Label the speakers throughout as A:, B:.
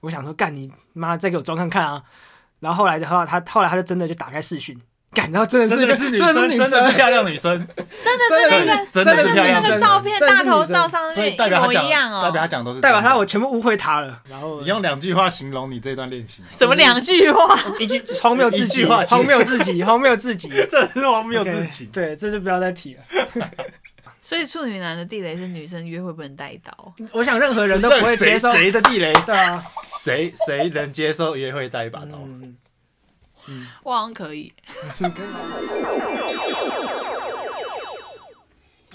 A: 我想说，干你妈，再给我装看看啊！然后后来的话，他后来他就真的就打开视讯，干，然后真的是
B: 真
A: 一个
B: 的是女
A: 真的是
B: 生，
A: 女
B: 真的是漂亮女 生，
C: 真的是那个，
B: 真的
C: 真的
B: 是
C: 是
B: 漂亮
C: 那
B: 女
C: 个
B: 生，
C: 照片大头照上
B: 所
C: 面
B: 以
C: 一
B: 代表
C: 模
B: 他讲
C: 一样，哦。
B: 代表他讲都是
A: 代表
B: 真的
A: 他我全部误会他了，然后
B: 你用两句话形容你这段恋情，
C: 什么两句话？
A: 一句荒谬至
B: 一句
A: 极，
B: 话
A: 荒谬至极，荒谬至极，
B: 这是荒谬
A: OK，
B: 至极。
A: 对，这就不要再提了。
C: 所以处女男的地雷是女生约会不能带刀，
A: 我想任何人都不会接
B: 谁
A: 受，
B: 谁的地雷，
A: 对啊，
B: 谁谁能接受约会带一把刀？
A: 嗯，
C: 我好像可以。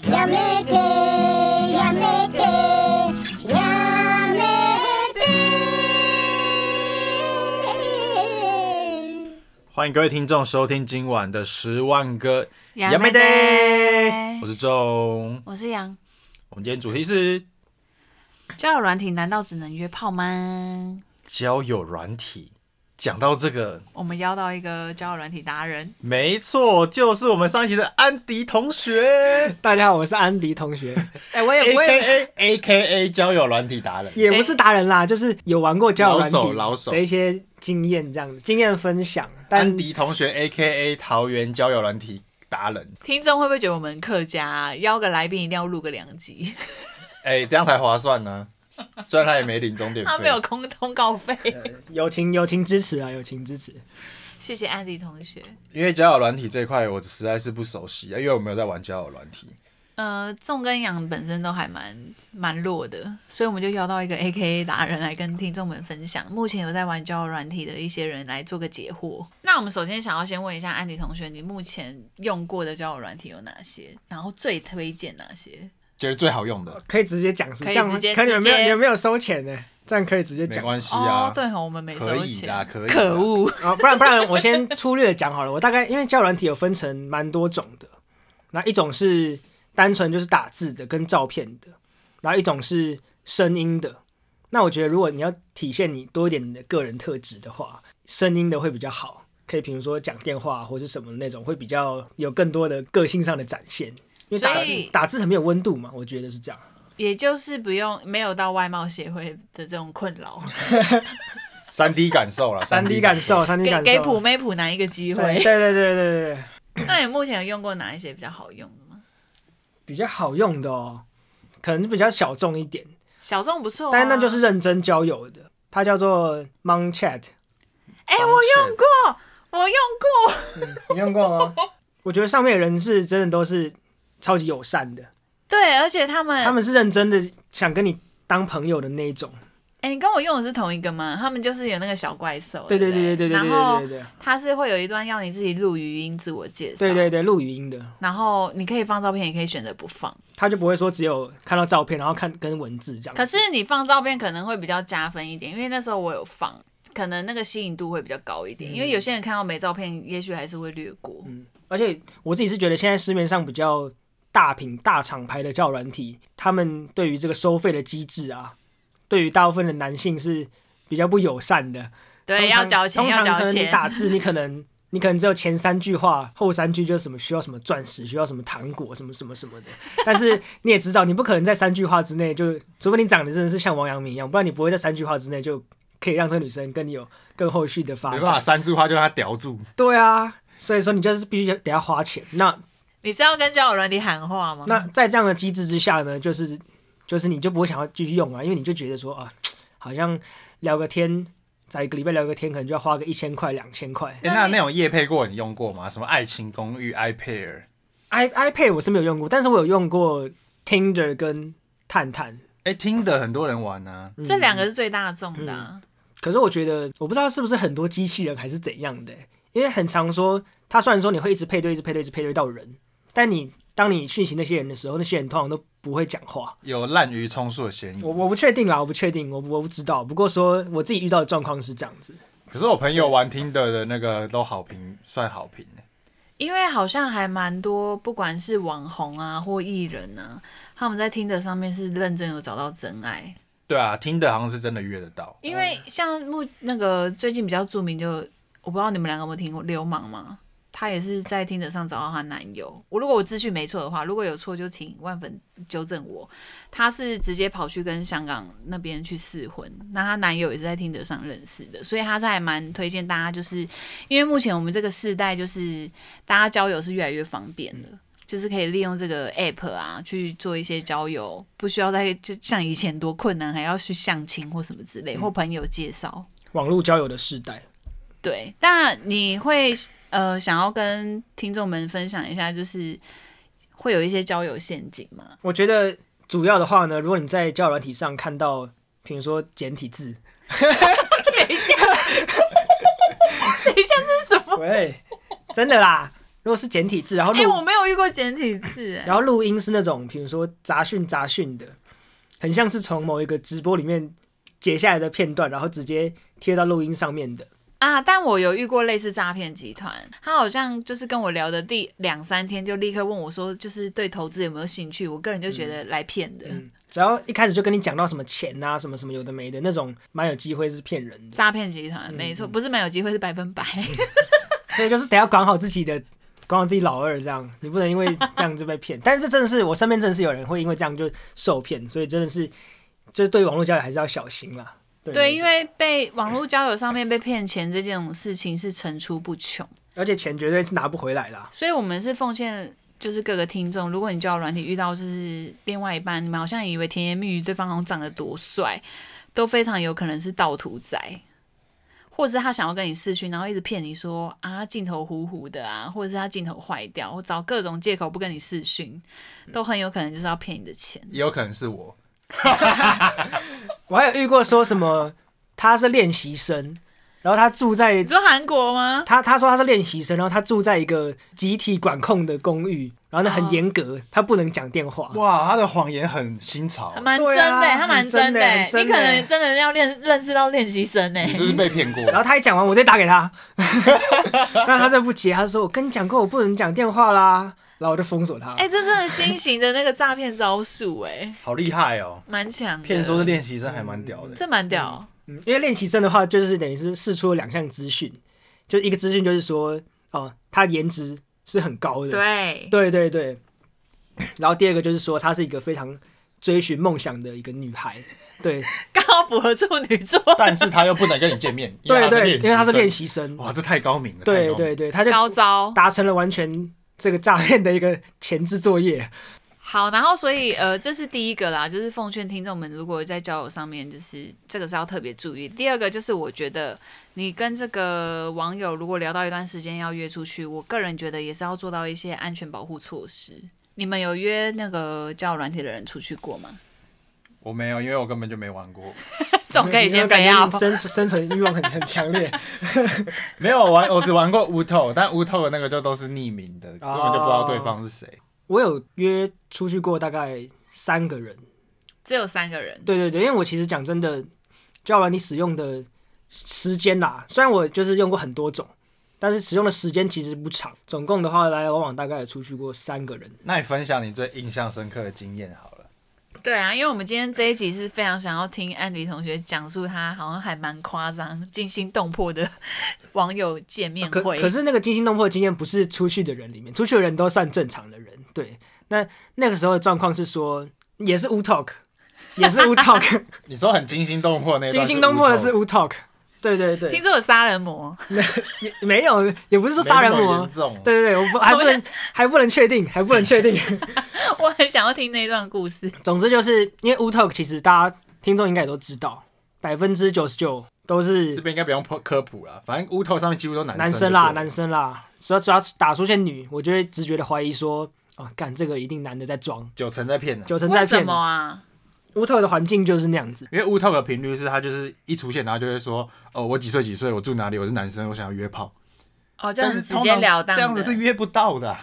D: やめてやめてやめて
B: 欢迎各位听众收听今晚的十万个
C: 杨梅
B: 得我是钟。
C: 我是杨。
B: 我们今天主题是
C: 交友软体难道只能约炮吗？
B: 交友软体。讲到这个，
C: 我们邀到一个交友软体达人，
B: 没错，就是我们上一集的安迪同 学
A: 大家好，我是安迪同 学，哎，我也
B: ，A
A: 我
B: K
A: 也
B: A A K A 交友软体达人。
A: 也不是达人啦，就是有玩过交友软
B: 老手
A: 体
B: 老手
A: 的一些经验，这样子经验分享。但
B: 安迪同学 A K A 桃园交友软体达人，
C: 听众会不会觉得我们客家啊邀个来宾一定要录个两集？
B: 哎、这样才划算呢、虽然他也没领终点费，
C: 他没有空通告费。
A: 友情友情支持啊，友情支持。
C: 谢谢安迪同学。
B: 因为交友软体这一块我实在是不熟悉，啊因为我没有在玩交友软体。
C: 呃，纵跟养本身都还蛮蛮弱的，所以我们就邀到一个 A K A 达人来跟听众们分享，目前有在玩交友软体的一些人来做个解惑。那我们首先想要先问一下安迪同学，你目前用过的交友软体有哪些？然后最推荐哪些？
B: 觉得最好用的，
A: 可以直接讲是不是这
C: 可以
A: 样
C: 直接
A: 可你们没
C: 直
A: 有
C: 接
A: 你们没有收钱呢，这样可以直接
B: 没
A: 讲。
B: 关系啊，
C: 哦，对吼，我们没收
B: 可以
C: 钱
B: 啦，可以啦。
C: 可恶，
A: 啊，不然不然，我先粗略地讲好了。我大概因为交友软体有分成蛮多种的，那一种是单纯就是打字的跟照片的，然后一种是声音的。那我觉得如果你要体现你多一点你的个人特质的话，声音的会比较好，可以比如说讲电话或是什么那种，会比较有更多的个性上的展现。因为打
C: 所
A: 字
C: 以
A: 打字很没有温度嘛，我觉得是这样。
C: 也就是不用没有到外貌协会的这种困扰，
B: 三 D 感受啦，
A: 三 D 感受，三 D
C: 给
A: 感受，
C: 给普妹普男一个机
A: 对
C: 会。
A: 对对对对对。
C: 那你目前有用过哪一些比较好用的吗？
A: 比较好用的哦，可能比较小众一点，
C: 小众不错、啊，
A: 但是那就是认真交友的，它叫做 Mon Chat，
C: 哎、我
B: 用过，
C: 我用过，
A: 你用过吗？我觉得上面的人是真的都是超级友善的，
C: 对，而且他们，
A: 他们是认真的想跟你当朋友的那一种。
C: 哎、你跟我用的是同一个吗？他们就是有那个小怪兽，
A: 对
C: 对
A: 对
C: 不
A: 对对对对
C: 然后
A: 对对对
C: 他是会有一段要你自己录语音自我介绍，
A: 对对对，录语音的，
C: 然后你可以放照片，也可以选择不放。
A: 他就不会说只有看到照片，然后看跟文字这样。
C: 可是你放照片可能会比较加分一点，因为那时候我有放，可能那个吸引度会比较高一
A: 嗯
C: 点。因为有些人看到没照片，也许还是会略过。
A: 而且我自己是觉得现在市面上比较大品大厂牌的教软体，他们对于这个收费的机制啊，对于大部分的男性是比较不友善的。
C: 对，
A: 通常
C: 要交钱，
A: 通
C: 要
A: 常
C: 交
A: 可能你
C: 钱。
A: 打字， 你可能你可能只有前三句话，后三句就是什么需要什么钻石，需要什么糖果，什么什么什么的。但是你也知道，你不可能在三句话之内就，除非你长得真的是像王阳明一样，不然你不会在三句话之内就可以让这个女生跟你有更后续的发
B: 没办法，
A: 展。
B: 三句话就让他叼住。
A: 对啊，所以说你就是必须得要花钱。那
C: 你是要跟交友软体喊话吗？
A: 那在这样的机制之下呢，就是就是你就不会想要继续用啊，因为你就觉得说啊，好像聊个天，在一个礼拜聊个天，可能就要花个一千块、两千块。
B: 哎、那那种夜配过你用过吗？什么爱情公寓、iPair？
A: i iPad 我是没有用过，但是我有用过 Tinder 跟探探。
B: 哎、听的很多人玩啊呢、
A: 嗯
C: 这两个是最大众的啊、
A: 可是我觉得，我不知道是不是很多机器人还是怎样的、因为很常说，它虽然说你会一直配对、一直配对、一直配对到人，但你当你讯息那些人的时候，那些人通常都不会讲话。
B: 有滥竽充数的嫌疑
A: 我。我不确定啦，我不确定，我我不知道。不过说我自己遇到的状况是这样子，
B: 可是我朋友玩听的的那个都好评，算好评、欸。
C: 因为好像还蛮多，不管是网红啊或艺人啊，他们在听的上面是认真有找到真爱。
B: 对啊，听的好像是真的约得到。
C: 因为像目那个最近比较著名就，我不知道你们两个有没有听过《流氓》吗？她也是在听者上找到她男友。我如果我资讯没错的话，如果有错就请万粉纠正我。她是直接跑去跟香港那边去试婚，那她男友也是在听者上认识的，所以她是还蛮推荐大家，就是因为目前我们这个世代就是大家交友是越来越方便的。就是可以利用这个 app 啊，去做一些交友，不需要再就像以前多困难，还要去相亲或什么之
A: 嗯
C: 类，或朋友介绍。
A: 网络交友的世代，
C: 对，那你会呃想要跟听众们分享一下，就是会有一些交友陷阱吗？
A: 我觉得主要的话呢，如果你在交友软体上看到，比如说简体字，
C: 等一下，这是什么？
A: 喂，真的啦，哦如果是简体字，然后
C: 哎、
A: 录
C: 我没有遇过简体字、哎
A: 然后录音是那种，比如说杂讯杂讯的，很像是从某一个直播里面截下来的片段，然后直接贴到录音上面的。
C: 啊！但我有遇过类似诈骗集团，他好像就是跟我聊的第两三天就立刻问我说，就是对投资有没有兴趣？我个人就觉得来骗的。
A: 嗯，只要一开始就跟你讲到什么钱啊，什么什么有的没的那种，蛮有机会是骗人的。
C: 诈骗集
A: 嗯
C: 团没错，不是蛮有机会，是百分百。
A: 所以就是得要管好自己的，管好自己老二，这样你不能因为这样就被骗。但是这真的是我身边真的是有人会因为这样就受骗，所以真的是就是对于网络交友还是要小心啦。对
C: 对，因为被网络交友上面被骗钱这件事情是层出不穷。
A: 而且钱绝对是拿不回来啦。
C: 所以我们是奉劝，就是各个听众，如果你交友软体遇到就是另外一半，你们好像以为甜言蜜语对方好像长得多帅，都非常有可能是盗图仔，或者是他想要跟你试训，然后一直骗你说啊镜头糊糊的啊，或者是他镜头坏掉，或找各种借口不跟你试训，都很有可能就是要骗你的钱。
B: 也有可能是我，
A: 我还有遇过说什么他是练习生，然后他住在
C: 你说韩国吗？
A: 他他说他是练习生，然后他住在一个集体管控的公寓，然后呢
C: 啊
A: 很严格，他不能讲电话。
B: 哇，他的谎言很新潮
C: 还，蛮真
A: 对
C: 的、欸
A: 啊
C: 他蛮真的、欸
A: 很真的很真的
C: 你可能真的要练认识到练习生欸呢、
B: 你是不是被骗 过？
A: 然后他一讲完，我直接打给他， 但他再不接，他说我跟你讲过我不能讲电话啦，然后我就封锁他。
C: 哎、这是很新型的那个诈骗招数哎、
B: 好厉害哦！
C: 蛮强的。
B: 骗说是练习生还蛮屌的，
C: 这蛮屌，
A: 嗯，因为练习生的话就是等于是试出了两项资讯，就一个资讯就是说哦他颜值是很高的，
C: 对，
A: 对对对，然后第二个就是说她是一个非常追寻梦想的一个女孩， 对
C: 刚好符合处女座，
B: 但是他又不能跟你见面，
A: 对对，因为她是练
B: 习
A: 习生
B: 生，，哇，这太高明了，太
A: 对
B: 高明了，
A: 对对，他就
C: 高招。
A: 达成了完全这个诈骗的一个前置作 业。
C: 好，然后所以呃，这是第一个啦， 就是奉劝听众们，如果在交友上面，就是这个是要特别注意。第二个就是我觉得你跟这个网友如果聊到一段时间要约出去，我个人觉得也是要做到一些安全保护措施。你们有约那个交友软体的人出去 过吗？
B: 我没有，因为我根本就没玩过，
C: 总可以先
A: 因为感
C: 不
A: 觉
C: 要
A: 你。生生存欲望很很强烈，
B: 没有玩，我只玩过无透，但无透的那个就都是匿名的，根
A: 哦
B: 本就不知道对方是谁。
A: 我有约出去过大概三个人，
C: 只有三个人，
A: 对对对，因为我其实讲真的，交友软体使用的时间啦，虽然我就是用过很多种，但是使用的时间其实不长，总共的话来来往往大概有出去过三个人。
B: 那你分享你最印象深刻的经验好了。
C: 对啊，因为我们今天这一集是非常想要听安迪同学讲述他好像还蛮夸张、惊心动魄的网友见面
A: 可
C: 会。
A: 啊可是那个惊心动魄的经验不是出去的人里面，出去的人都算正常的人。对，那那个时候的状况是说，也是无 talk，也是无 talk，
B: 你说很惊心动魄那一段
A: 惊心动魄的是
B: 无
A: 无 talk。对对
C: 听
A: 对，
C: 说有杀人魔，
A: 也没有，也不是
B: 透
A: 说杀人
B: 没那么
A: 魔啊
B: 严。重，
A: 对对对， 我不还不能还不能确定， 还不能确定。
C: 我很想要听那一段故事。
A: 总之就是因为无 talk，其实大家听众应该也都知道，百分之九十九都
B: 这
A: 是
B: 边应该不用科科普了，反正乌头上面几乎都男
A: 男
B: 生
A: 生啦，
B: 就对了
A: 男生啦。只要只要打出现女，我就会直觉的怀疑说，哦，干这个一定男的在装，
B: 九成在骗人，
A: 九成在
C: 为什
A: 骗
C: 么。啊？
A: 乌特的环境就是那样子。
B: 因为乌头的频率是他就是一出现，然后就会说哦，我几岁几岁，我住哪里，我是男生，我想要约炮，
C: 哦，就
B: 但
C: 很
B: 是
C: 直截了当
B: 这
C: 的。
B: 样子是约不到的啊、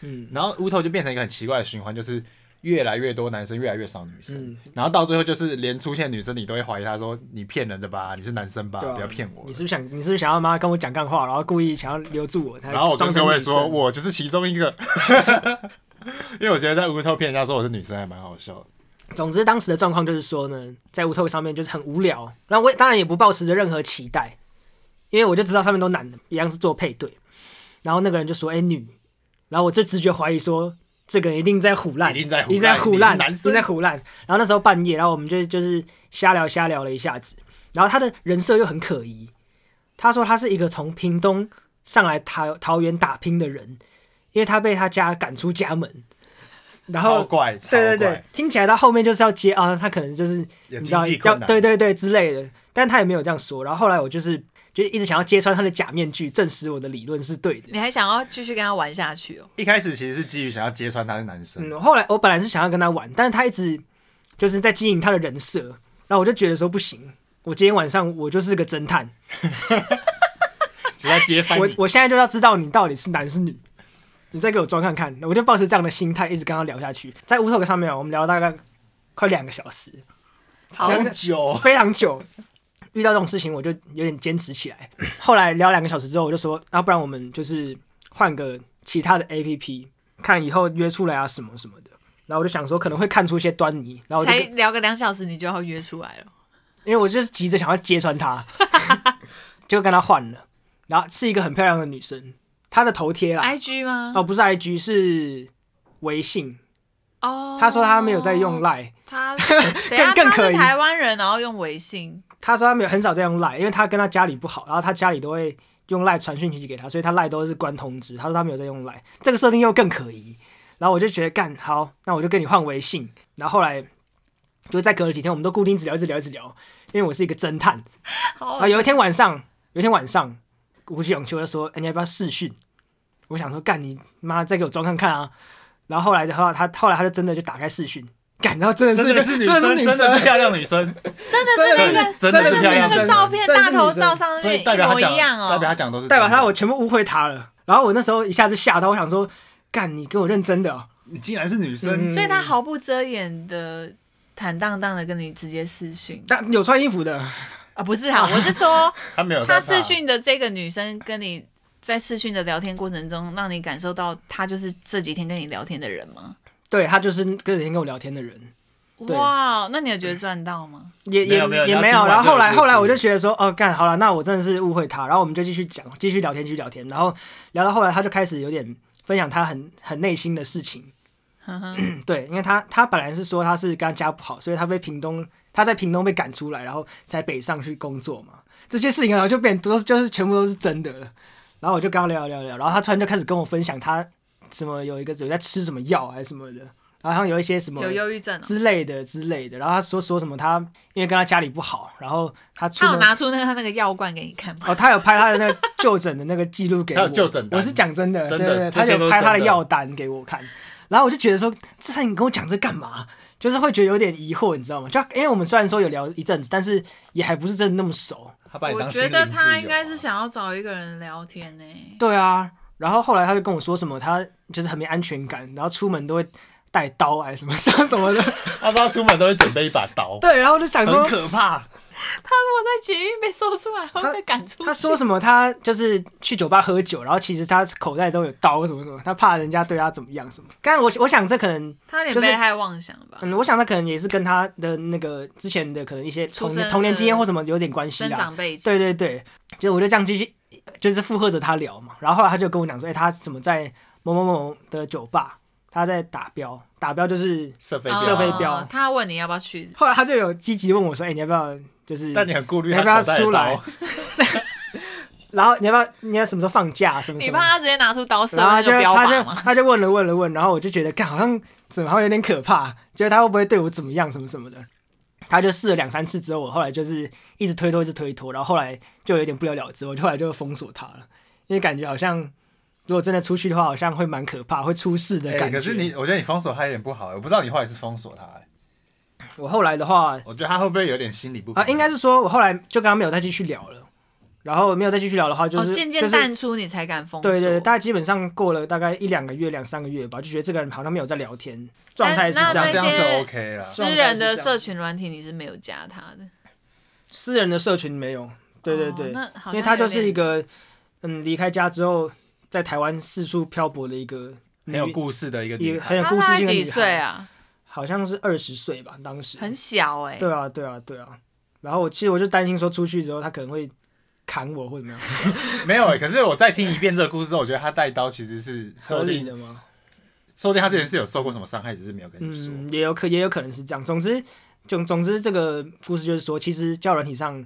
A: 嗯，
B: 然后乌头就变成一个很奇怪的循环，就是越来越多男生，越来越少女生，
A: 嗯
B: 然后到最后就是连出现女生，你都会怀疑他说你骗人的吧，你是男生吧，
A: 对啊
B: 不要骗我
A: 你。是不是想，你是不是想要妈跟我讲干话，然后故意想要留住我？才
B: 然后我
A: 装
B: 跟
A: 成
B: 各位
A: 女生
B: 说，我就是其中一个， 因为我觉得在乌头骗人家说我是女生还蛮好笑的。
A: 总之当时的状况就是说呢，在乌托上面就是很无聊，然后我也当然也不抱持着任何期待，因为我就知道上面都男的，一样是做配对。然后那个人就说：“哎、女。”然后我就直觉怀疑说，这个人一定在唬烂，
B: 一定在唬烂
A: 一定在唬烂，
B: 一定是男
A: 一
B: 生
A: 定在唬烂。然后那时候半夜，然后我们就就是瞎聊瞎聊了一下子，然后他的人设又很可疑。他说他是一个从屏东上来桃桃园打拼的人，因为他被他家赶出家门，然
B: 超
A: 后
B: 怪，超
A: 对对对
B: 怪，，
A: 听起来他后面就是要接啊，他可能就是
B: 有
A: 你知
B: 经
A: 道
B: 济
A: 要
B: 困难，
A: 对对对之类的，但他也没有这样说。然后后来我就是就是一直想要揭穿他的假面具，证实我的理论是对的。
C: 你还想要继续跟他玩下去哦？
B: 一开始其实是基于想要揭穿他是男生，
A: 嗯，后来我本来是想要跟他玩，但是他一直就是在经营他的人设，然后我就觉得说不行，我今天晚上我就是个侦探，
B: 只要揭翻
A: 我
B: 你。
A: 我现在就要知道你到底是男是女，你再给我装看看。我就抱持这样的心态一直跟他聊下去，在 w 头 t 上面我们聊了大概快两个小时，
C: 好
A: 两，个
B: 久哦
A: 非常久。遇到这种事情，我就有点坚持起来。后来聊两个小时之后，我就说，要、不然我们就是换个其他的 A P P，看以后约出来啊什么什么的。然后我就想说，可能会看出一些端倪。然后我就
C: 才
A: 跟
C: 聊个两小时，你就要约出来了。
A: 因为我就是急着想要揭穿她， 就跟她换了。然后是一个很漂亮的女生，她的头贴啦，
C: I G 吗？
A: 哦不是 I G 是微信。
C: 哦，
A: 她说她没有在用 Line，
C: 他，等一下
A: 更
C: 他
A: 可
C: 是
A: 疑
C: 台湾人，然后用微信，
A: 她说她没有很少在用 Line，因为她跟她家里不好，然后她家里都会用 Line 传讯息给她，所以她 Line 都是关通知。她说她没有在用 Line，这个设定又更可疑。然后我就觉得干好，那我就跟你换微信。然后后来就再隔了几天，我们都固定一直聊，一直聊，一直聊，因为我是一个侦探。
B: 哦
C: 好
A: 啊，有一天晚上，有一天晚上，吴奇勇就说：“哎、你要不要试训？”我想说：“干你妈，再给我装看看啊！”然后后来的话，他后来他就真的就打开试训，干，然后真的是
B: 真
A: 一个
B: 的是女
A: 真的
B: 生，
A: 是女
B: 真的是漂亮女 生，
C: 真的是那个，
B: 真的
C: 的
B: 是
C: 是
B: 漂亮
C: 那
B: 女生
C: 个照片
A: 真的是
C: 大
A: 女生
C: 头照上
B: 所以
C: 面
B: 代
C: 一
B: 表他
C: 模
B: 讲
C: 一样哦，
B: 代表他讲的都是
A: 代表
B: 真的
A: 他我全部误会他了。然后我那时候一下就吓到，我想说：“干，你给我认真的、哦。
B: 你竟然是女生，
A: 嗯
C: 所以他毫不遮掩的、坦荡荡的跟你直接私讯”
A: 但有穿衣服的，
C: 啊，不是啊，我是说
B: 他没有在
C: 他
B: 怕
C: 视，讯的这个女生跟你在视讯的聊天过程中，让你感受到她就是这几天跟你聊天的人吗？
A: 对他就是跟人跟我聊天的人，对
C: 哇，那你有觉得赚到吗？
A: 也也
B: 没有没有
A: 也
B: 你要
A: 没
B: 听
A: 有。
B: 完
A: 然后
B: 这
A: 后
B: 个
A: 来
B: 故
A: 后来
B: 事
A: 我就觉得说，哦，干好了，那我真的是误会他。然后我们就继续讲，继续聊天，继续聊天。然后聊到后来，他就开始有点分享他很很内心的事 情。
C: 哼嗯哼
A: 对，因为他他本来是说他是跟他家不好，所以他被屏东他在屏东被赶出来，然后才北上去工作嘛。这些事情然后就变都是就是全部都是真的了。然后我就跟他聊聊聊，然后他突然就开始跟我分享他什么有一个有在吃什么药还是什么的，然后好像有一些什么
C: 有忧郁症哦、
A: 之类的之类的。然后他说说什么他因为跟他家里不好，然后他出
C: 他有
A: 门
C: 拿出那个他那个药罐给你看吗？
A: 哦，他有拍他的那个就诊的那个记录给我，
B: 他有就诊单
A: 我是讲真的，
B: 真
A: 对
B: 的
A: 对对，
B: 这
A: 他
B: 些都
A: 有
B: 是
A: 拍他的
B: 真的
A: 药单给我看，然后我就觉得说，志灿你跟我讲这干嘛？就是会觉得有点疑惑，你知道吗？就因为我们虽然说有聊一阵子，但是也还不是真的那么熟。
B: 他把你
C: 我
B: 当心
C: 觉
B: 灵
C: 得
B: 自
C: 他
B: 由
C: 应该
A: 哦
C: 是想要找一个人聊天呢、
A: 对啊，然后后来他就跟我说什么，他就是很没安全感，然后出门都会带刀哎什么什么什 么的。
B: 他说他出门都会准备一把刀，
A: 对，然后我就想
B: 很
A: 说，
B: 可怕。
C: 他如果在监狱被搜出来，会被赶出去。
A: 他说什么？他就是去酒吧喝酒，然后其实他口袋都有刀，什么什么，他怕人家对他怎么样什么。但我我想这可能
C: 他有
A: 就
C: 点
A: 是
C: 被害妄想吧，
A: 嗯，我想他可能也是跟他的那个之前的可能一些童
C: 出
A: 年
C: 生
A: 童年
C: 的
A: 经验或什么有点关系
C: 生
A: 啦。
C: 长背景。
A: 对对对，就我就这样继续，就是附和着他聊嘛。然后后来他就跟我讲说，哎、他怎么在某某某的酒吧，他在打标，打标就是。
B: 射飞
C: 哦
A: 射飞
B: 镖，
A: 镖
C: 他问你要不要去，
A: 后来他就有积极问我说，哎、你要不要就是？
B: 但你很顾虑
A: 你
B: 他
A: 要不要
B: 口袋的
A: 出来
B: 刀？
A: 然后你要不要？你要什么时候放假？什么
C: 你
A: 什
C: 怕
A: 么？
C: 他直接拿出刀射
A: 然后他
C: 那
A: 就
C: 个标
A: 他
C: 靶
A: 就
C: 吗？
A: 他就问了问了问，然后我就觉得，干好像怎么好像有点可怕，觉得他会不会对我怎么样什么什么的。他就试了两三次之后，我后来就是一直推脱，一直推脱，然后后来就有点不了了之，我就后来就封锁他了，因为感觉好像如果真的出去的话，好像会蛮可怕，会出事的
B: 哎
A: 感觉。
B: 可是你，我觉得你封锁他有点不好，我不知道你后来是封锁他，哎
A: 我后来的话
B: 我觉得他会不会有点心理不
A: 啊，
B: 平衡
A: 应该是说我后来就跟他没有再继续聊了，然后没有再继续聊的话，就是
C: 哦，渐渐
A: 就是
C: 淡出你才敢封锁。
A: 对对对，大概基本上过了大概一两个月、两三个月吧，就觉得这个人好像没有在聊天，状态是
C: 那
A: 这样
B: 这
A: 子。
C: 那
B: 样是
C: 那些
B: OK 啦。
C: 私人的社群软体你是没有加他的。
A: 私人的社群没有，对对对，
C: 哦那好像
A: 因为她就
C: 有
A: 是
C: 点
A: 一个嗯离开家之后在台湾四处漂泊的一个
B: 很有故事的一个
A: 也
B: 女孩，
A: 很有
C: 他
A: 故事
C: 大概
A: 性的
C: 几
A: 女
C: 岁
A: 孩，
C: 啊？
A: 好像是二十岁吧，当时
C: 很小哎、
A: 对啊对啊对啊。然后我其实我就担心说出去之后她可能会砍我或怎么样，
B: 没有、欸。可是我再听一遍这个故事之后，我觉得他带刀其实是
A: 合
B: 说不
A: 理
B: 定，
A: 的 嗯吗？
B: 说不定他之前是有受过什么伤害，只是没有跟你说。
A: 嗯，也有可也有可能是这样。总之，总总之，这个故事就是说，其实交友软体上，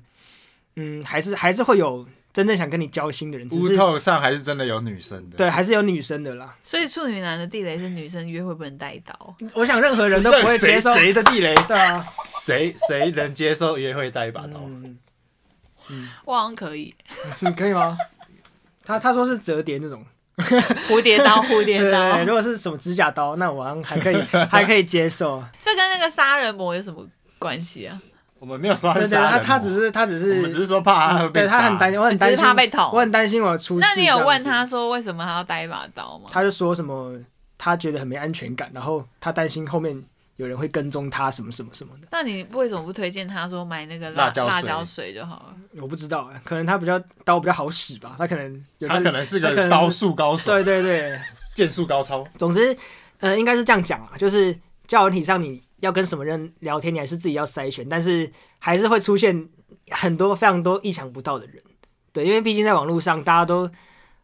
A: 嗯，还是还是会有真正想跟你交心的人，只
B: 乌
A: 是
B: 透上还是真的有女生的，
A: 对，还是有女生的啦。
C: 所以处女男的地雷是女生约会不能带刀，
A: 我想任何人都不会接
B: 谁
A: 受，
B: 谁的地雷，
A: 对啊，
B: 谁谁能接受约会带一把刀？
A: 嗯，
C: 我好像可以
A: 你可以吗？他他说是折叠那种，
C: 蝴蝶 刀，蝴
A: 对
C: 蝶
A: 对
C: 刀
A: 对，，如果是什么指甲刀，那我好像还 可以还可以接受。
C: 这跟那个杀人魔有什么关系啊？
B: 我们没有说
A: 对
B: 他
A: 对，
B: 是
A: 对
B: 杀
A: 他
B: 人
A: 他
B: 魔
A: 只是他只
B: 我们只
A: 是，
B: 是说怕他会被
A: 对他
B: 杀
A: 很担心，我很担
C: 只
A: 心
C: 是他被捅
A: 我很担心我出事。
C: 那你有问
A: 这样子
C: 他说为什么他要带一把刀吗？
A: 他就说什么他觉得很没安全感，然后他担心后面有人会跟踪他什么什么什么的，
C: 那你为什么不推荐他说买那个
B: 辣椒
C: 辣
B: 水
C: 椒水就好了？
A: 我不知道、欸，可能他比较刀比较好使吧，他可能有
B: 他可能是
A: 他可能是
B: 个刀术高手，
A: 对对对，
B: 剑术高超。
A: 总之呃应该是这样讲啊，就是交友软体上你要跟什么人聊天，你还是自己要筛选，但是还是会出现很多非常多意想不到的人，对，因为毕竟在网络上大家都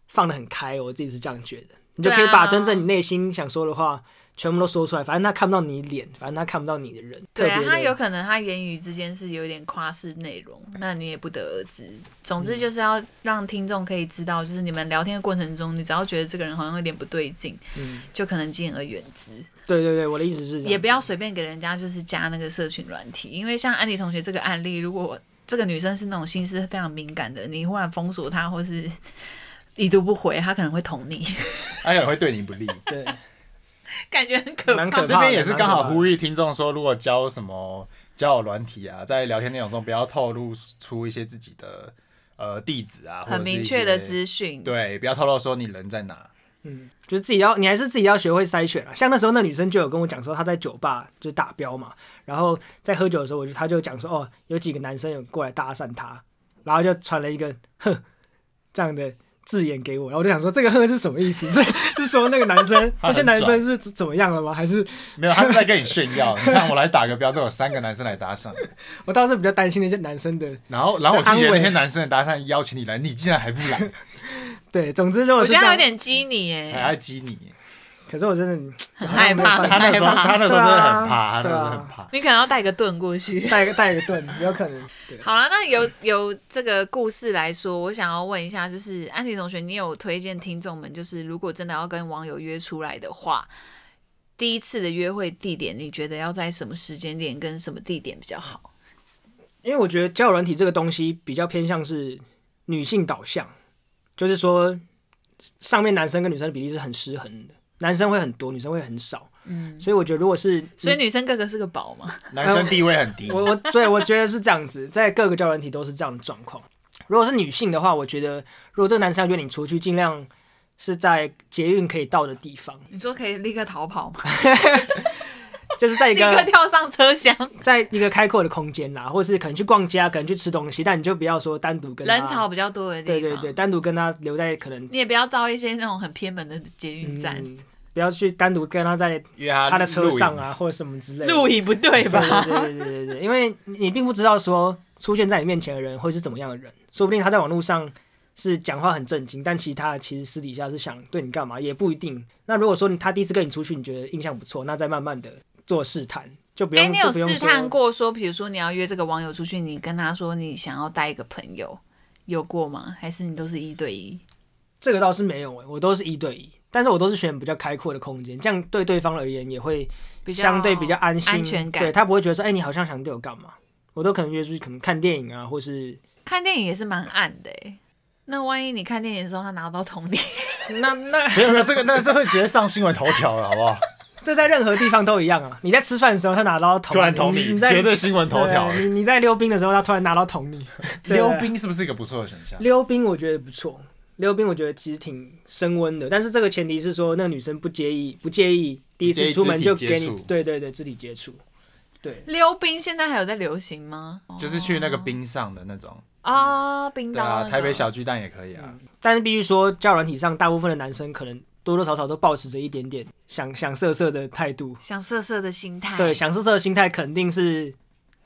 A: 放得很开，我自己是这样觉得，你就可以
C: 对啊
A: 把真正你内心想说的话。全部都说出来，反正他看不到你脸，反正他看不到你的人。
C: 对
A: 特
C: 啊，
A: 别
C: 他
A: 的
C: 有可能他言语之间是有点夸饰内容，那你也不得而知。总之就是要让听众可以知道，就是你们聊天的过程中，你只要觉得这个人好像有点不对劲，
A: 嗯
C: 就可能敬而远之，
A: 对对对，我的意思是这样，
C: 也不要随便给人家就是加那个社群软体，因为像安迪同学这个案例，如果这个女生是那种心思非常敏感的，你忽然封锁她或是已读不回，她可能会捅你，
B: 他可能会对你不利。
A: 对，
C: 感觉很可
A: 蛮
C: 怕。
A: 可怕的
B: 这边也是刚
A: 蛮
B: 好
A: 可怕的
B: 呼吁听众说，如果教什么交友软体啊，在聊天内容中不要透露出一些自己的呃地址啊，或者
C: 很
B: 是一
C: 明
B: 些
C: 确的资讯，
B: 对，不要透露说你人在哪。
A: 嗯，就是自己要，你还是自己要学会筛选啊。像那时候那女生就有跟我讲说，她在酒吧就是打标嘛，然后在喝酒的时候，我就她就讲说，哦，有几个男生有过来搭讪她，然后就传了一个“哼”这样的字眼给我，然后我就想说，这个“哼”是什么意思？是 是说那个男生
B: 他
A: 那
B: 很
A: 些男
B: 拽
A: 生是怎怎么样了吗？还是
B: 没有，他是在跟你炫 耀。你看我来打个标，都有三个男生来搭讪，
A: 我倒是比较担心那些男生的。
B: 然后然后我
A: 对
B: 拒绝
A: 安慰
B: 那些男生的搭讪邀请你来，你竟然还不 来，
A: 对，总之如果
C: 我
A: 是
C: 觉
A: 这
C: 得她
A: 样
C: 有，点激你哎、
A: 啊
B: 还爱激你。
A: 可是我真的
C: 很害怕
A: 好像没有办
B: 他
A: 法
B: 那时候他那时候
C: 很害怕
B: 真的很怕，他那
A: 对
B: 时
A: 啊
B: 候真的很怕。
C: 你可能要带个盾过去。
A: 带个带个盾，有可能。对，
C: 好了，那由由这个故事来说，我想要问一下，就是安迪同学，你有推荐听众们，就是如果真的要跟网友约出来的话，第一次的约会地点，你觉得要在什么时间点跟什么地点比较好？
A: 因为我觉得交友软体这个东西比较偏向是女性导向，就是说上面男生跟女生的比例是很失衡的，男生会很多，女生会很少。
C: 嗯，
A: 所以我觉得如果是，
C: 所以女生个个是个宝嘛，
B: 男生地位很低，
A: 我我对我觉得是这样子，在各个交友软体都是这样的状况。如果是女性的话，我觉得如果这个男生要约你出去，尽量是在捷运可以到的地方，
C: 你说可以立刻逃 跑吗？
A: 就是在一
C: 立
A: 个
C: 刻跳上车厢，
A: 在一个开阔的空间啦，或是可能去逛街啊，可能去吃东西，但你就不要说单独跟他
C: 人潮比较多的
A: 对
C: 地方。
A: 对对，，单独跟他留在可能
C: 你也不要到一些那种很偏门的捷运站，
A: 嗯不要去单独跟他在
B: 约他
A: 他的车上
B: 露营。
A: 啊，或者什么之类的。
C: 路影不对
A: 对
C: 吧？
A: 对对对对对，因为你并不知道说出现在你面前的人会是怎么样的人，说不定他在网络上是讲话很正经，但其实他其实私底下是想对你干嘛，也不一定。那如果说你他第一次跟你出去，你觉得印象不错，那再慢慢的做试探，就不
C: 哎、
A: 用、
C: 你
A: 就
C: 有
A: 不用
C: 试
A: 说
C: 探过说，比如说你要约这个网友出去，你跟他说你想要带一个朋友，有过吗？还是你都是一对一？
A: 这个倒是没有、欸，我都是一对一，但是我都是选比较开阔的空间，这样对对方而言也会
C: 比较
A: 相对比较安心，
C: 安全感
A: 对他不会觉得说，哎、你好像想对我干嘛？我都可能约出去，可能看电影啊，或 是
C: 看电影也是蛮暗的、欸，那万一你看电影的时候他拿到桶里，
A: 那那
B: 没有没有，这个那这会直接上新闻头条了，好不好？
A: 这在任何地方都一样啊。你在吃饭的时候，他拿到桶里，
B: 突然捅
A: 你
B: 你，
A: 在
B: 绝对新闻头条了。
A: 对你你在溜冰的时候，他突然拿到桶里。对啊
B: 溜冰是不是一个不错的选项？
A: 溜冰我觉得不错，溜冰我觉得其实挺升温的，但是这个前提是说，那个女生不介意，不介意第一
B: 不
A: 次
B: 介意
A: 出门
B: 肢体
A: 就
B: 接
A: 给你
B: 触，
A: 对对对，肢体接触，对。
C: 溜冰现在还有在流行吗？
A: 啊
C: 哦
B: 就是去那个冰上的那种，
C: 啊、冰
B: 对
C: 岛、
B: 啊，台北。小巨蛋也可以啊。
A: 但是必须说，交友软体上大部分的男生可能多多少少都保持着一点点想想色色的态度，
C: 想色色的心态，
A: 对，想色色的心态肯定是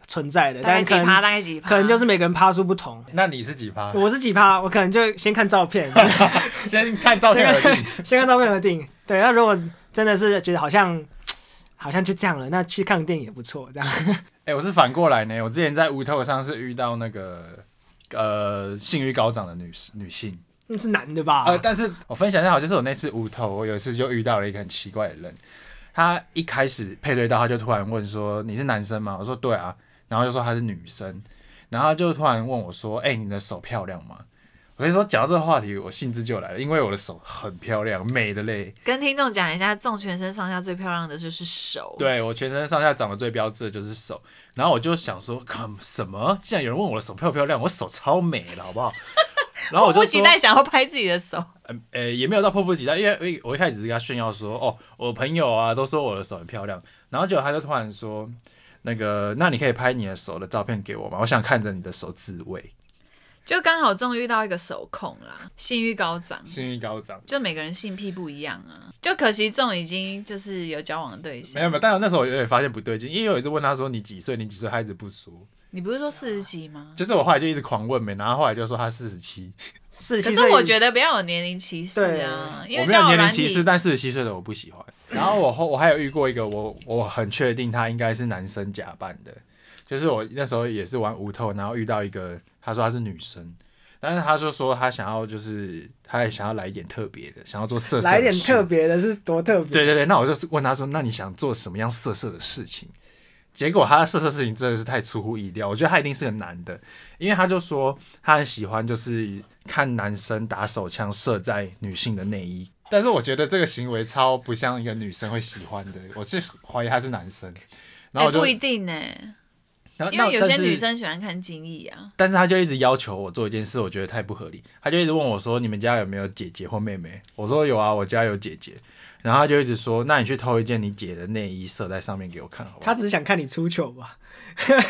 A: 存在的，
C: 嗯大概
A: 但
C: 几
A: 可
C: 趴？
A: 能
C: 大概几趴？
A: 可能就是每个人趴数不同。
B: 那你是几趴？
A: 我是几趴，我可能就先看照片，
B: 先看照片而定。
A: 先看照片而定。对，那如果真的是觉得好像好像就这样了，那去看个电影也不错，这样。
B: 哎、我是反过来呢。我之前在无头上是遇到那个呃性欲高涨的女女性，
A: 那是男的吧？
B: 呃，但是我分享一下，好，就是我那次无头，我有一次就遇到了一个很奇怪的人，他一开始配对到，他就突然问说：“你是男生吗？”我说：“对啊。”然后就说他是女生，然后他就突然问我说：“哎、你的手漂亮吗？”我跟你说，讲到这个话题，我兴致就来了，因为我的手很漂亮，美的嘞。
C: 跟听众讲一下，纵全身上下最漂亮的就是手。，
B: 对我全身上下长得最标志的就是手，然后我就想说，靠，什么？竟然有人问我的手漂不漂亮，我手超美了，好不好？然后
C: 迫
B: 我就
C: 不
B: 说，
C: 及待想要拍自己的手。
B: 呃呃，也没有到迫不及待，因为我一开始只是跟他炫耀说，哦，我朋友啊都说我的手很漂亮，然后结果他就突然说，那个，那你可以拍你的手的照片给我吗？我想看着你的手自慰，
C: 就刚好终于遇到一个手控啦，性欲高涨。
B: 性欲高涨。
C: 就每个人性癖不一样啊，就可惜这种已经就是有交往的对
B: 没有
C: 象。
B: 没有，但我那时候我有点发现不对劲，因为我一直问他说你几岁，你几岁，他一直不说，
C: 你不是说四十几吗？
B: 就是我后来就一直狂问没，然后后来就说他四十七，
A: 四十
C: 可
A: 七
C: 是
A: 岁，
C: 我觉得不要有年龄歧视啊，因
B: 我
C: 为
B: 没有
C: 交友
B: 年龄
C: 软
B: 歧视，
C: 体
B: 但四十七岁的我不喜欢。然后我后我还有遇过一个我我很确定他应该是男生假扮的，就是我那时候也是玩无透，然后遇到一个他说他是女生，但是他就说他想要就是他也想要来一点特别的，想要做色色的
A: 来一点
B: 事
A: 特。别的是多特别。
B: 对对对，那我就是问他说，那你想做什么样色色的事情？结果他的色色事情真的是太出乎意料，我觉得他一定是个男的，因为他就说他很喜欢就是看男生打手枪射在女性的内衣，但是我觉得这个行为超不像一个女生会喜欢的，我是怀疑他是男生。然
C: 哎、
B: 后我就，
C: 不一定呢、
B: 然后
C: 因为有
B: 那但
C: 些女，
B: 是嗯
C: 生喜欢看精液啊。
B: 但是他就一直要求我做一件事，我觉得太不合理。他就一直问我说：“你们家有没有姐姐或妹妹？”我说：“有啊，我家有姐姐。”然后他就一直说：“那你去偷一件你姐的内衣射在上面给我看好不好？”
A: 他只是想看你出糗吧，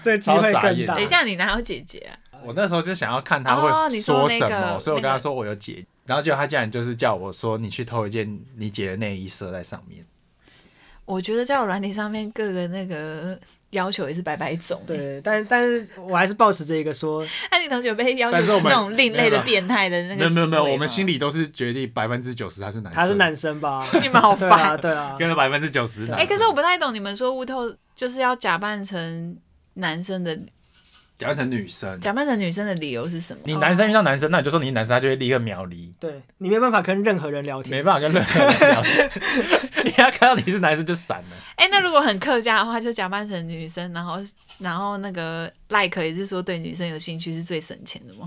A: 这个机
B: 超
A: 会
B: 傻
A: 更
B: 眼
A: 大。
C: 等一下，你哪有姐姐啊？
B: 我那时候就想要看他
C: 哦
B: 会
C: 你说那
B: 什
C: 个
B: 么，所以我跟他
C: 那个
B: 说我有姐，然后结果他竟然就是叫我说你去偷一件你姐的内衣射在上面。
C: 我觉得交友软体上面各个那个要求也是百百种、欸。，
A: 对，但但是我还是保持这一个说，
C: 那、你同学被要求
B: 但是我们
C: 这种另类
B: 没有
C: 的
B: 啦
C: 变态的
B: 没
C: 那个
B: 有没有没有，
C: 行为
B: 我们
C: 吗
B: 心里都是决定百分之九十他是男生，
A: 他是男生吧？
C: 你们好
A: 对
C: 烦。
A: 啊，对啊，
B: 跟着百分之九十男
C: 哎、
B: 生。
C: 可是我不太懂你们说乌透就是要假扮成男生的，
B: 假扮成女生，
C: 假扮成女生的理由是什么？
B: 你男生遇到男生，那你就说你是男生，他就会立刻秒离。
A: 对你没办法跟任何人聊
B: 没
A: 天，
B: 办法跟任何人聊天，人家看到你是男生就闪了。
C: 哎、那如果很客家的话，就假扮成女生，然后然后那个 like 也是说对女生有兴趣是最省钱的吗？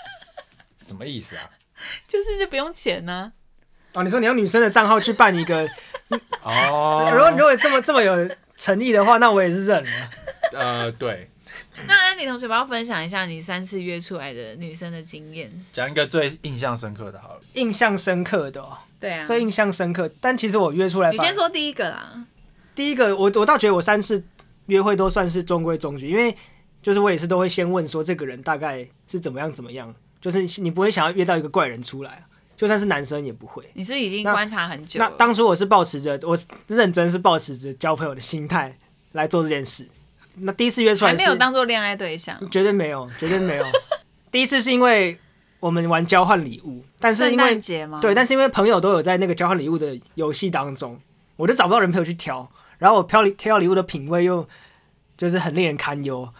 B: 什么意思啊？
C: 就是就不用钱啊呢、
A: 哦，你说你用女生的账号去办一个，
B: 哦，
A: 如果 如果这么这么有诚意的话，那我也是认了。
B: 呃，对，
C: 那安妮同学，要不要分享一下你三次约出来的女生的经验？
B: 讲一个最印象深刻的好了。
A: 印象深刻的、哦，
C: 对
B: 嗯
C: 啊
A: 最印象深刻。但其实我约出来，
C: 你先。说第一个啦。
A: 第一个，我我倒觉得我三次约会都算是中规中矩，因为就是我也是都会先问说这个人大概是怎么样怎么样，就是你不会想要约到一个怪人出来，就算是男生也不会。
C: 你是已经
A: 那
C: 观察很久
A: 那
C: 了，
A: 当初我是抱持着我是认真是抱持着交朋友的心态来做这件事。那第一次约出来
C: 还
A: 是
C: 没有当做恋爱对象，
A: 绝对没有，绝对 没有。第一次是因为我们玩交换礼物，但是
C: 圣
A: 因为
C: 诞节吗？
A: 对，但是因为朋友都有在那个交换礼物的游戏当中，我就找不到人陪我去挑，然后我挑礼挑礼物的品味又就是很令人堪忧，
B: 哦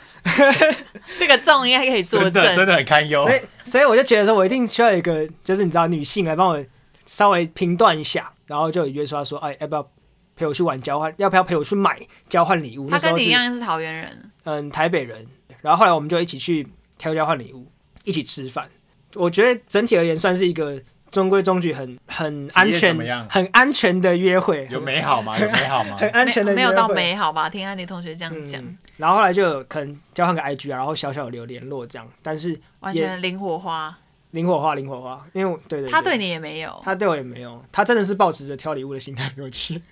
C: 这个粽应该可以作
B: 真的真
C: 证。
B: 的很堪忧
A: 所，以所以我就觉得说我一定需要一个就是你知道女性来帮我稍微评断一下，然后就有约出来说，哎，要不要陪我去玩交换？要不要陪我去买交换礼物？那时
C: 他
A: 候
C: 跟
A: 是
C: 你一样是桃园人，
A: 嗯台北人，然后后来我们就一起去挑交换礼物，一起吃饭。我觉得整体而言算是一个中规中矩、很很安
B: 体验
A: 全
B: 怎么样、
A: 很安全的约会，
B: 有美好吗？有美好吗？
A: 很安全的
C: 没有没有
A: 约
C: 到
A: 会
C: 美好吧？听安妮同学这样讲，
A: 嗯。然后后来就有可能交换个 IG 啊，然后小小留联络这样，但是
C: 完全零火花。
A: 零火花，零火花，因为我对对
C: 他对你也没有，
A: 他对我也没有，他真的是抱持着挑礼物的心态陪我去。
C: 嗯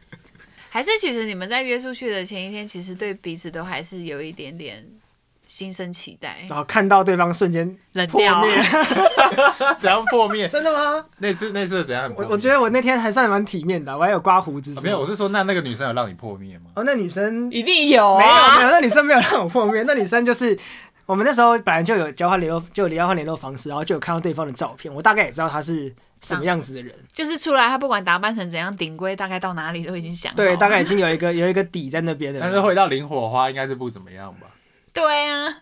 C: 还是其实你们在约出去的前一天，其实对彼此都还是有一点点心生期待，
A: 然后看到对方瞬间
C: 冷
A: 啊破
C: 掉。
A: 灭，
B: 怎样破 灭？
A: 真的吗？
B: 那次那次怎样破
A: 我
B: 灭？
A: 我觉得我那天还算蛮体面的，我还有刮胡子什么
B: 嗯啊
A: 的。
B: 没有，我是说那那个女生有让你破灭吗？
A: 哦，那女生
C: 一定有
A: 没有没
C: 啊！
A: 有，那女生没有让我破灭，那女生就是我们那时候本来就有交换联络，就有交换联络方式，然后就有看到对方的照片，我大概也知道她是什么样子的人，
C: 就是出来，他不管打扮成怎样，顶规大概到哪里都已经想好
A: 对，
C: 了
A: 大概已经有一个 有一个底在那边
B: 但是
A: 的，
B: 回到零火花应该是不怎么样吧？
C: 对啊，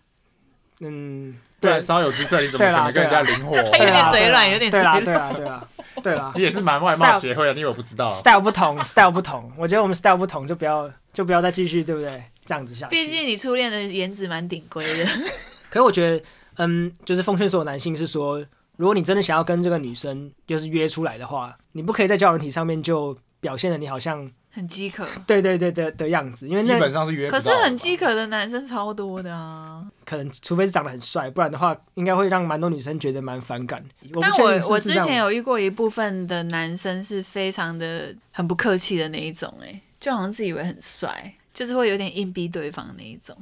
A: 嗯，
B: 对
A: 对
B: 啊，稍有姿色，你怎么可能跟人家零火
A: 对
C: 对啊有点
A: 啦
B: 花？
C: 嘴软有点
A: 对啦
C: 嘴
A: 对啊啦对啦对啦
B: 你也是蛮外貌协会的，你以为我不知道 啊？
A: ，style 不同，style 不同，我觉得我们 style 不同就不要就不要再继续，对不对？这样子下去，
C: 毕竟你初恋的颜值蛮顶规的，
A: 可是我觉得，嗯，就是奉劝所有男性是说，如果你真的想要跟这个女生就是约出来的话，你不可以在交友软体上面就表现的你好像
C: 很饥渴。
A: 对对对的的样子，因为
B: 基
A: 那
B: 本上是约不到
C: 可
B: 的
C: 是
A: 啊
B: 吧，
C: 很饥渴的男生超多的啊！
A: 可能除非是长得很帅，不然的话应该会让蛮多女生觉得蛮反感。我
C: 但
A: 不确定是
C: 我
A: 不
C: 我
A: 是
C: 之
A: 这样
C: 前有遇过一部分的男生是非常的很不客气的那一种、哎，就好像自以为很帅，就是会有点硬逼对方那一种。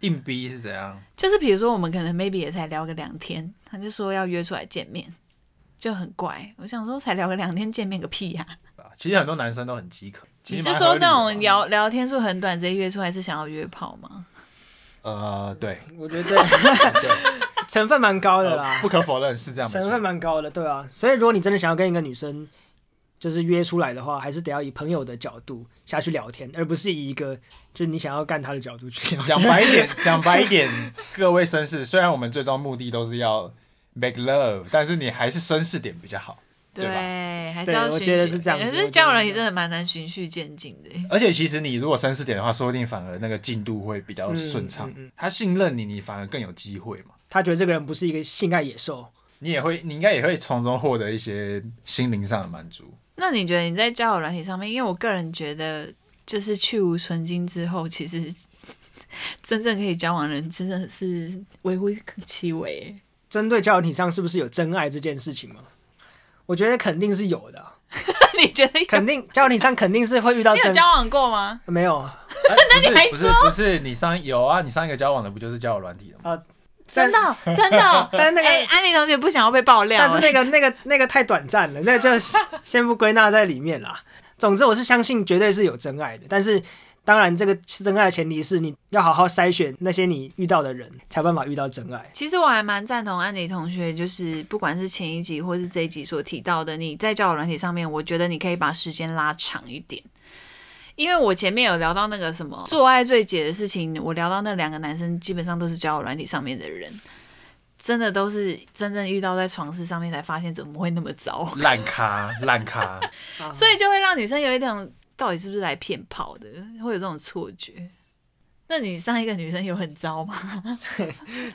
B: 硬逼是怎样？
C: 就是比如说我们可能 maybe 也才聊个两天，他就说要约出来见面，就很怪。我想说才聊个两天见面个屁呀、
B: 其实很多男生都很饥渴。其
C: 你
B: 实
C: 是
B: 蛮合
C: 说
B: 理的
C: 那
B: 啊
C: 种？聊聊天数很短直接约出来是想要约炮吗？
B: 呃，对，
A: 我觉得 成分蛮高的
B: 呃
A: 啦
B: 不，可否认是这样没
A: 成分
B: 错。
A: 蛮高的，对啊。所以如果你真的想要跟一个女生就是约出来的话，还是得要以朋友的角度下去聊天，而不是以一个就是你想要干她的角度去聊天。
B: 讲白一 点，讲白一点，各位绅士，虽然我们最终目的都是要 make love，但是你还是绅士点比较好。对吧
C: 还是
A: 对
C: 要
A: 我
C: 循序。
A: 觉得是这样子
C: 可
A: 我觉
C: 是
A: 得
C: 交友
A: 是
C: 软体
A: 这
C: 真的蛮难循序渐进的、
B: 而且其实你如果绅士点的话，说不定反而那个进度会比较顺畅。
A: 嗯嗯
B: 他信任你，你反而更有机会嘛。
A: 他觉得这个人不是一个性爱野兽，
B: 你也会，你应该也会从中获得一些心灵上的满 足。
C: 那你觉得你在交友软体上面，因为我个人觉得，就是去无存精之后，其实 真正可以交往的人真的是微乎其微、 哎
A: 针对交友体上是不是有真爱这件事情吗？我觉得肯定是有的啊、
C: 你觉得有
A: 肯定交友体上肯定是会遇到
C: 你有
A: 真
C: 交往过吗？
A: 没有啊？
B: 那
C: 你还
B: 哎不是不是你上有啊？你上一个交往的不就是交友软体的吗？
A: 但
C: 真的哦真的哦，
A: 但是那个
C: 哎安妮同学不想要被爆料，
A: 但是那
C: 哎
A: 个那个那个太短暂了，那个就先不归纳在里面啦。总之，我是相信绝对是有真爱的，但是当然，这个真爱的前提是你要好好筛选那些你遇到的人，才有办法遇到真爱。
C: 其实我还蛮赞同安妮同学，就是不管是前一集或是这一集所提到的，你在交友软体上面，我觉得你可以把时间拉长一点。因为我前面有聊到那个什么做爱最解的事情，我聊到那两个男生基本上都是交友软体上面的人，真的都是真正遇到在床事上面才发现怎么会那么糟，
B: 烂咖，烂咖，
C: 所以就会让女生有一种到底是不是来骗炮的，会有这种错觉。那你上一个女生有很糟吗？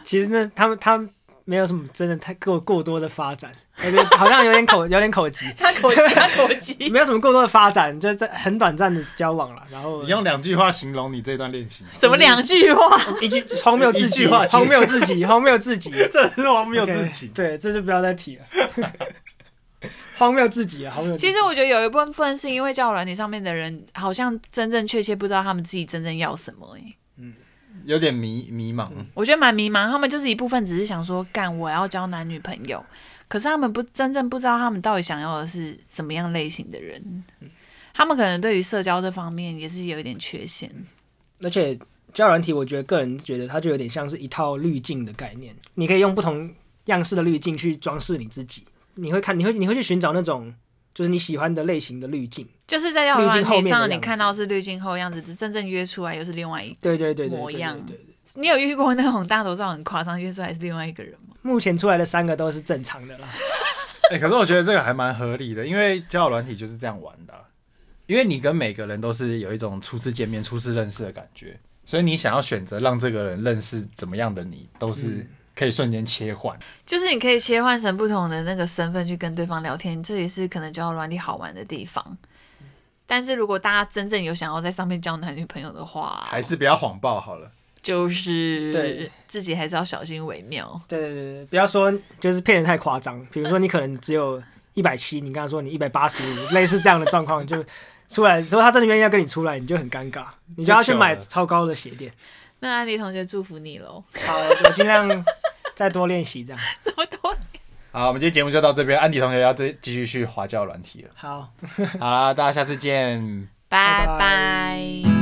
A: 其实呢，他们他们没有什么真的太过过多的发展，而且好像有点口有点口急，
C: 他口急，他口 急。
A: 没有什么过多的发展，就是在很短暂的交往了，然后
B: 你用两句话形容你这段恋 情，
C: 什么两句话？
A: 一句荒谬至
B: 一
A: 极，
B: 句话
A: 荒谬至极，荒谬至 极，
B: 这是荒谬
A: OK，
B: 至极。
A: 对，这就不要再提了， 荒谬至极啊，荒谬至极。
C: 其实我觉得有一部分是因为交友软体上面的人，好像真真确切不知道他们自己真正要什么、欸。
B: 有点迷迷茫，
C: 我觉得蛮迷茫。他们就是一部分只是想说，干我要交男女朋友，可是他们不真正不知道他们到底想要的是什么样类型的人。
A: 嗯
C: 他们可能对于社交这方面也是有一点缺陷。
A: 而且交友软体，我觉得个人觉得它就有点像是一套滤镜的概念，你可以用不同样式的滤镜去装饰你自己。你会看，你会你会去寻找那种就是你喜欢的类型的滤镜。
C: 就是在交友软
A: 滤镜后面
C: 体
A: 的样
C: 上，
A: 子
C: 你看到是滤镜后的样子，真正约出来又是另外一。
A: 对对对对对
C: 模
A: 对
C: 样
A: 对对
C: 你有遇过那种大头照很夸张，约出来是另外一个人吗？
A: 目前出来的三个都是正常的啦。
B: 哎、可是我觉得这个还蛮合理的，因为交友软体就是这样玩的啊、因为你跟每个人都是有一种初次见面、初次认识的感觉，所以你想要选择让这个人认识怎么样的你，都是可以瞬间切换。
C: 就是你可以切换成不同的那个身份去跟对方聊天，这也是可能交友软体好玩的地方。但是如果大家真正有想要在上面交男女朋友的话，
B: 还是不要谎报好了。
C: 就是
A: 对
C: 自己还是要小心为妙。
A: 对对对对，不要说就是骗人太夸张，比如说你可能只有一百七，你跟他说你一百八十五，类似这样的状况就出来。如果他真的愿意要跟你出来，你就很尴尬，你就要去买
B: 就糗了
A: 超高的鞋垫。
C: 那安迪同学祝福你喽，
A: 好，我尽量再多练习这样。
C: 这么多
B: 好，我们今天节目就到这边，安迪同学要再继续去滑教软体了。
A: 好。
B: 好啦，大家下次见，
C: 拜
A: 拜
C: 拜。